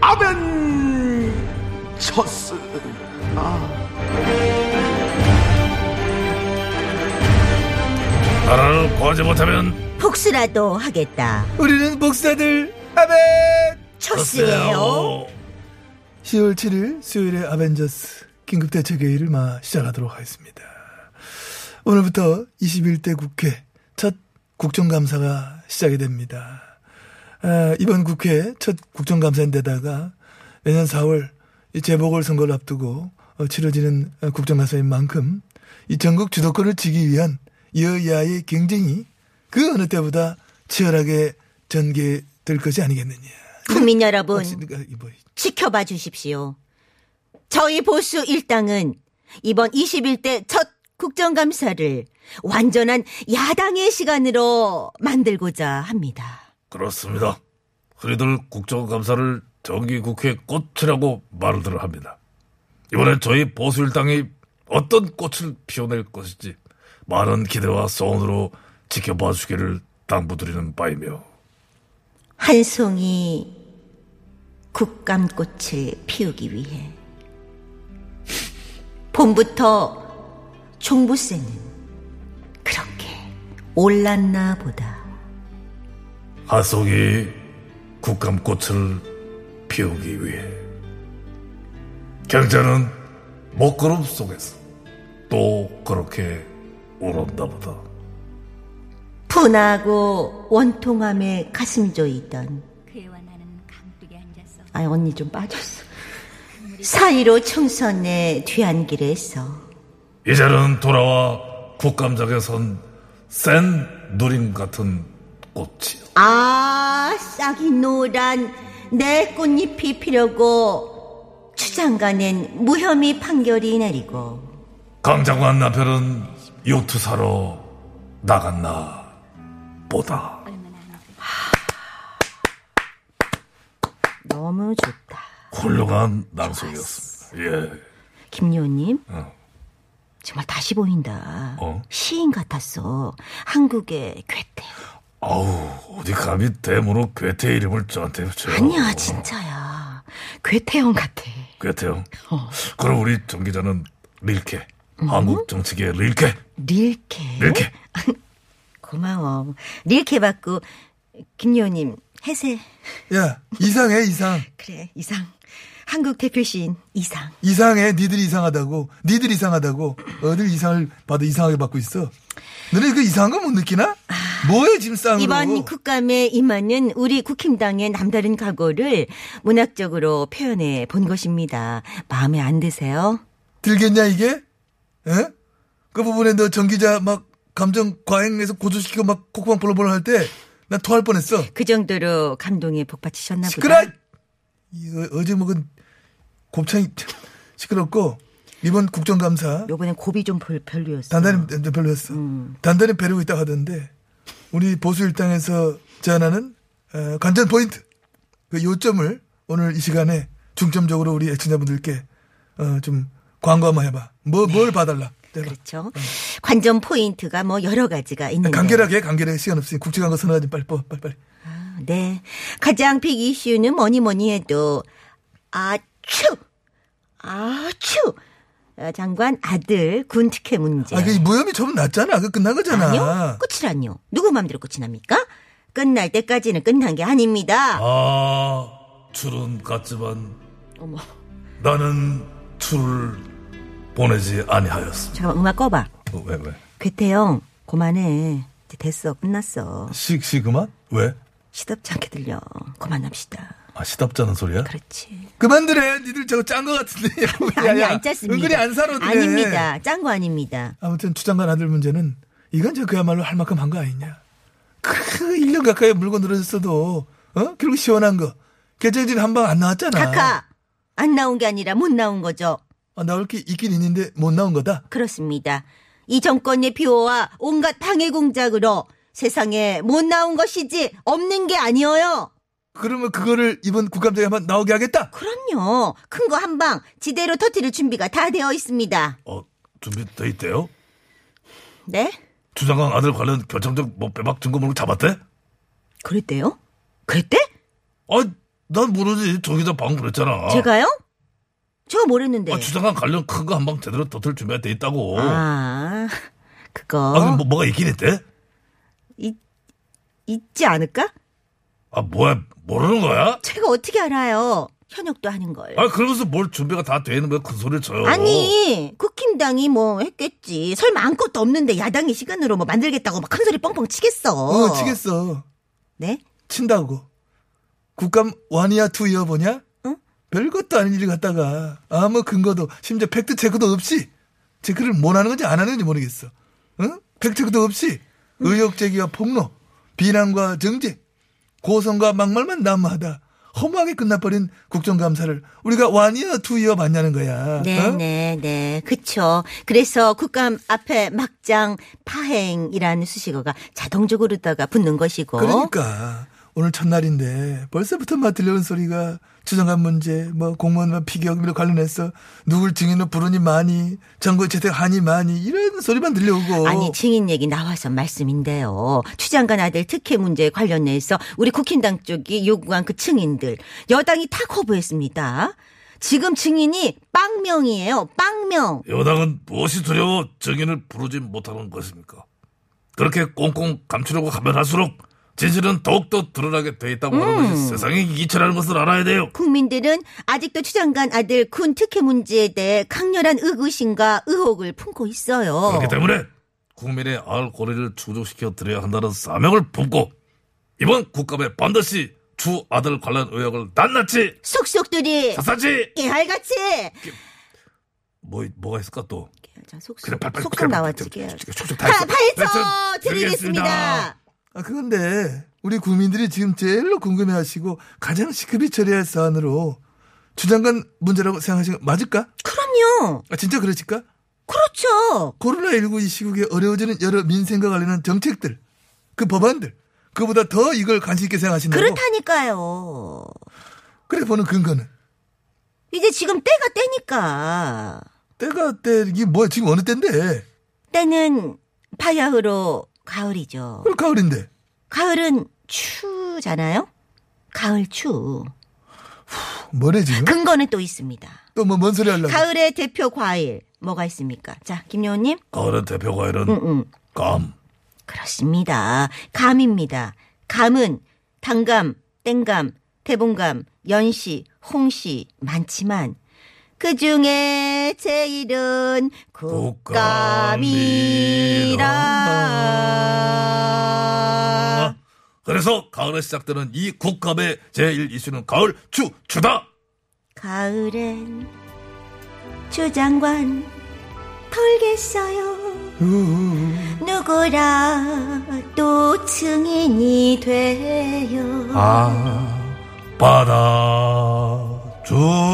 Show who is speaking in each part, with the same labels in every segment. Speaker 1: 아벤처스.
Speaker 2: 나라를 구하지 못하면
Speaker 3: 복수라도 하겠다.
Speaker 4: 우리는 복사들 아벤
Speaker 3: 첫스예요.
Speaker 4: 10월 7일 수요일에 아벤져스 긴급대책회의를 마 시작하도록 하겠습니다. 오늘부터 21대 국회 첫 국정감사가 시작이 됩니다. 아, 이번 국회 첫 국정감사인데다가 내년 4월 이 재보궐선거를 앞두고 어, 치러지는 어, 국정감사인 만큼 이 전국 주도권을 지기 위한 여야의 경쟁이 그 어느 때보다 치열하게 전개될 것이 아니겠느냐.
Speaker 3: 국민 여러분,
Speaker 4: 혹시 누가 이 뭐,
Speaker 3: 지켜봐 주십시오. 저희 보수 일당은 이번 21대 첫 국정감사를 완전한 야당의 시간으로 만들고자 합니다.
Speaker 2: 그렇습니다. 흔히들 국정감사를 정기국회 꽃이라고 말들 합니다. 이번에 저희 보수일당이 어떤 꽃을 피워낼 것인지 많은 기대와 소원으로 지켜봐 주기를 당부드리는 바이며
Speaker 3: 한 송이 국감꽃을 피우기 위해 봄부터 종부세는 그렇게 올랐나 보다.
Speaker 2: 하속이 국감꽃을 피우기 위해 경제는 먹구름 속에서 또 그렇게 울었나 보다.
Speaker 3: 분하고 원통함에 가슴 조이던 아이 언니 좀 빠졌어 사이로 총선의 뒤안길에서
Speaker 2: 이제는 돌아와 국감장에선 센 누림 같은 꽃이요.
Speaker 3: 아 싹이 노란 내 꽃잎이 피려고 추장가는 무혐의 판결이 내리고
Speaker 2: 강장관 남편은 요투사로 나갔나 보다.
Speaker 3: 너무 좋다
Speaker 2: 훌륭한 낭송이었습니다. 예.
Speaker 3: 김요님
Speaker 2: 어.
Speaker 3: 정말 다시 보인다
Speaker 2: 어?
Speaker 3: 시인 같았어 한국의 괴테
Speaker 2: 아우, 어디 감히 대모로 괴테 이름을 저한테 붙여요.
Speaker 3: 아니야 진짜야 괴테형 같아
Speaker 2: 괴테요.
Speaker 3: 어.
Speaker 2: 그럼 우리 정 기자는 릴케.
Speaker 3: 음?
Speaker 2: 한국 정치계 릴케.
Speaker 3: 네? 릴케
Speaker 2: 릴케.
Speaker 3: 고마워 릴케 받고 김요님 해세
Speaker 4: 야, 이상해, 이상.
Speaker 3: 그래 이상 한국 대표 시인 이상
Speaker 4: 이상해. 니들이 이상하다고. 니들 이상하다고. 어딜 이상을 봐도 이상하게 받고 있어. 너네 그 이상한 거 못 느끼나? 뭐해, 지금 쌍으로.
Speaker 3: 이번 그 국감에 임하는 우리 국힘당의 남다른 각오를 문학적으로 표현해 본 것입니다 마음에 안 드세요?
Speaker 4: 들겠냐, 이게? 에? 그 부분에 너 전기자 막 감정 과잉해서 고조시키고 막 콧구멍 벌렁벌렁 할 때, 나 토할 뻔했어.
Speaker 3: 그 정도로 감동에 복받치셨나
Speaker 4: 시끄러!
Speaker 3: 보다
Speaker 4: 이 어- 어제 먹은 곱창이 참 시끄럽고, 이번 국정감사.
Speaker 3: 요번엔 고비 좀 별- 별로였어
Speaker 4: 단단히 별로였어.
Speaker 3: 음.
Speaker 4: 단단히 배리고 있다 하던데 우리 보수 일당에서 제안하는 어, 관전 포인트 그 요점을 오늘 이 시간에 중점적으로 우리 애청자분들께 어, 좀 광고 한번 해봐. 뭐, 뭘 봐달라. 해봐.
Speaker 3: 네. 그렇죠 관전 포인트가 뭐 여러 가지가 있는데
Speaker 4: 간결하게 간결하게 시간 없으니 국제광고 선언하지 빨리 뽑아 빨리 빨리.
Speaker 3: 네. 가장 빅 이슈는 뭐니 뭐니 해도, 아추! 아추! 어, 장관 아들 군 특혜 문제.
Speaker 4: 아그 무혐의 처분 났잖아. 그 끝난 거잖아.
Speaker 3: 네. 아니요? 끝이라뇨. 누구 마음대로 끝이 납니까? 끝날 때까지는 끝난 게 아닙니다.
Speaker 2: 아, 줄은 같지만
Speaker 3: 어머.
Speaker 2: 나는 줄을 보내지 아니하였습니다.
Speaker 3: 잠깐만, 음악 꺼봐.
Speaker 2: 어, 왜 왜?
Speaker 3: 괴태형, 그만해. 이제 됐어. 끝났어.
Speaker 2: 시, 시 그만? 왜?
Speaker 3: 시덥지 않게 들려. 그만합시다.
Speaker 2: 아, 시답잖은 소리야?
Speaker 3: 그렇지.
Speaker 4: 그만들래 니들 저거 짠 거 같은데. 야,
Speaker 3: 아니,
Speaker 4: 야.
Speaker 3: 안 짰습니다.
Speaker 4: 은근히 안 사러드네.
Speaker 3: 아닙니다. 짠 거 아닙니다.
Speaker 4: 아무튼 추장관 아들 문제는 이건 저 그야말로 할 만큼 한 거 아니냐. 그 1년 가까이 물고 늘어졌어도 어? 결국 시원한 거. 개정진 한 방 안 나왔잖아.
Speaker 3: 카카! 안 나온 게 아니라 못 나온 거죠.
Speaker 4: 아, 나올 게 있긴 있는데 못 나온 거다.
Speaker 3: 그렇습니다. 이 정권의 비호와 온갖 방해 공작으로 세상에 못 나온 것이지 없는 게 아니어요.
Speaker 4: 그러면 그거를 이번 국감장에 한번 나오게 하겠다.
Speaker 3: 그럼요. 큰 거 한 방 지대로 터뜨릴 준비가 다 되어 있습니다.
Speaker 2: 어, 준비돼 있대요?
Speaker 3: 네?
Speaker 2: 주장강 아들 관련 결정적 뭐 빼박 증거물을 잡았대?
Speaker 3: 그랬대요? 그랬대?
Speaker 2: 아, 난 모르지. 조 기자 방금 그랬잖아.
Speaker 3: 제가요? 저 모르는데.
Speaker 2: 아, 주장강 관련 큰 거 한 방 제대로 터틀 준비가 돼 있다고. 아,
Speaker 3: 아, 그거
Speaker 2: 근데 뭐, 뭐가 있긴 했대?
Speaker 3: 있, 있지 않을까?
Speaker 2: 아, 뭐야, 모르는 거야?
Speaker 3: 제가 어떻게 알아요? 현역도 하는 걸.
Speaker 2: 아, 그러면서 뭘 준비가 다 돼 있는 거야? 큰 소리를 쳐요.
Speaker 3: 아니 국힘당이 뭐 했겠지 설마 아무것도 없는데 야당이 시간으로 뭐 만들겠다고 막 큰소리 뻥뻥 치겠어
Speaker 4: 어, 치겠어.
Speaker 3: 네?
Speaker 4: 친다고. 국감 원이야 투 이어보냐?
Speaker 3: 응?
Speaker 4: 별것도 아닌 일을 갖다가 아무 뭐 근거도 심지어 팩트 체크도 없이 체크를 못 하는 건지 안 하는 건지 모르겠어. 응? 팩트 체크도 없이 의혹 제기와 폭로, 비난과 정제, 고성과 막말만 난무하다. 허무하게 끝나버린 국정감사를 우리가 원이야 투 이어 봤냐는 거야. 어?
Speaker 3: 네네네 그쵸 그래서 국감 앞에 막장 파행이라는 수식어가 자동적으로다가 붙는 것이고
Speaker 4: 그러니까 오늘 첫날인데 벌써부터 막 들려오는 소리가 추정한 문제, 뭐 공무원 피격으로 관련해서 누굴 증인으로 부르니 많이, 정부 채택 하니 많이 이런 소리만 들려오고
Speaker 3: 아니 증인 얘기 나와서 말씀인데요. 추장관 아들 특혜 문제에 관련해서 우리 국힘당 쪽이 요구한 그 증인들 여당이 다 거부했습니다. 지금 증인이 빵명이에요. 빵명.
Speaker 2: 여당은 무엇이 두려워 증인을 부르지 못하는 것입니까? 그렇게 꽁꽁 감추려고 하면 할수록 진실은 더욱더 드러나게 돼 있다고 하는 것이 세상의 이치라는 것을 알아야 돼요.
Speaker 3: 국민들은 아직도 추장관 아들 군 특혜 문제에 대해 강렬한 의구심과 의혹을 품고 있어요.
Speaker 2: 그렇기 때문에 국민의 알 고리를 충족시켜 드려야 한다는 사명을 품고 이번 국감에 반드시 주 아들 관련 의혹을 낱낱이
Speaker 3: 속속들이
Speaker 2: 샅샅이
Speaker 3: 깨알같이
Speaker 2: 뭐 뭐가 있을까 또
Speaker 3: 자,
Speaker 2: 그래
Speaker 3: 속속,
Speaker 2: 빨리 빨리
Speaker 3: 속속
Speaker 2: 그래,
Speaker 3: 나왔지
Speaker 2: 쭉,
Speaker 3: 깨알.
Speaker 2: 쭉, 쭉, 쭉, 다 했어.
Speaker 3: 파헤쳐
Speaker 2: 됐어.
Speaker 3: 드리겠습니다.
Speaker 4: 아, 그건데 우리 국민들이 지금 제일로 궁금해하시고 가장 시급히 처리할 사안으로 추장관 문제라고 생각하시는 거 맞을까?
Speaker 3: 그럼요.
Speaker 4: 아, 진짜 그러실까?
Speaker 3: 그렇죠.
Speaker 4: 코로나19 이 시국에 어려워지는 여러 민생과 관련한 정책들, 그 법안들, 그보다 더 이걸 관심 있게 생각하신다고.
Speaker 3: 그렇다니까요.
Speaker 4: 그래 보는 근거는
Speaker 3: 이제 지금 때가 때니까.
Speaker 4: 때가 때 이게 뭐야 지금 어느 때인데?
Speaker 3: 때는 바야흐로 가을이죠.
Speaker 4: 그럼 가을인데.
Speaker 3: 가을은 추잖아요? 가을 추.
Speaker 4: 뭐래 지금?
Speaker 3: 근거는 또 있습니다.
Speaker 4: 또 뭐 뭔 소리 하려고?
Speaker 3: 가을의 대표 과일 뭐가 있습니까? 자, 김여우님.
Speaker 2: 가을의 대표 과일은
Speaker 3: 응, 응.
Speaker 2: 감.
Speaker 3: 그렇습니다. 감입니다. 감은 단감, 땡감, 대봉감, 연시, 홍시 많지만 그 중에 제일은 국감이라.
Speaker 2: 아. 그래서 가을에 시작되는 이 국감의 제일 이슈는 가을 추 추다.
Speaker 3: 가을엔 주장관 털겠어요. 누구라도 증인이 돼요.
Speaker 2: 아 받아 주세요.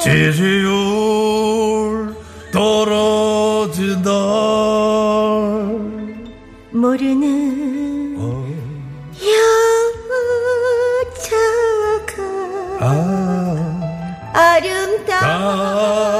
Speaker 2: 지지율 떨어진다.
Speaker 3: 모르는
Speaker 2: 어?
Speaker 3: 여자가
Speaker 2: 아,
Speaker 3: 아름다워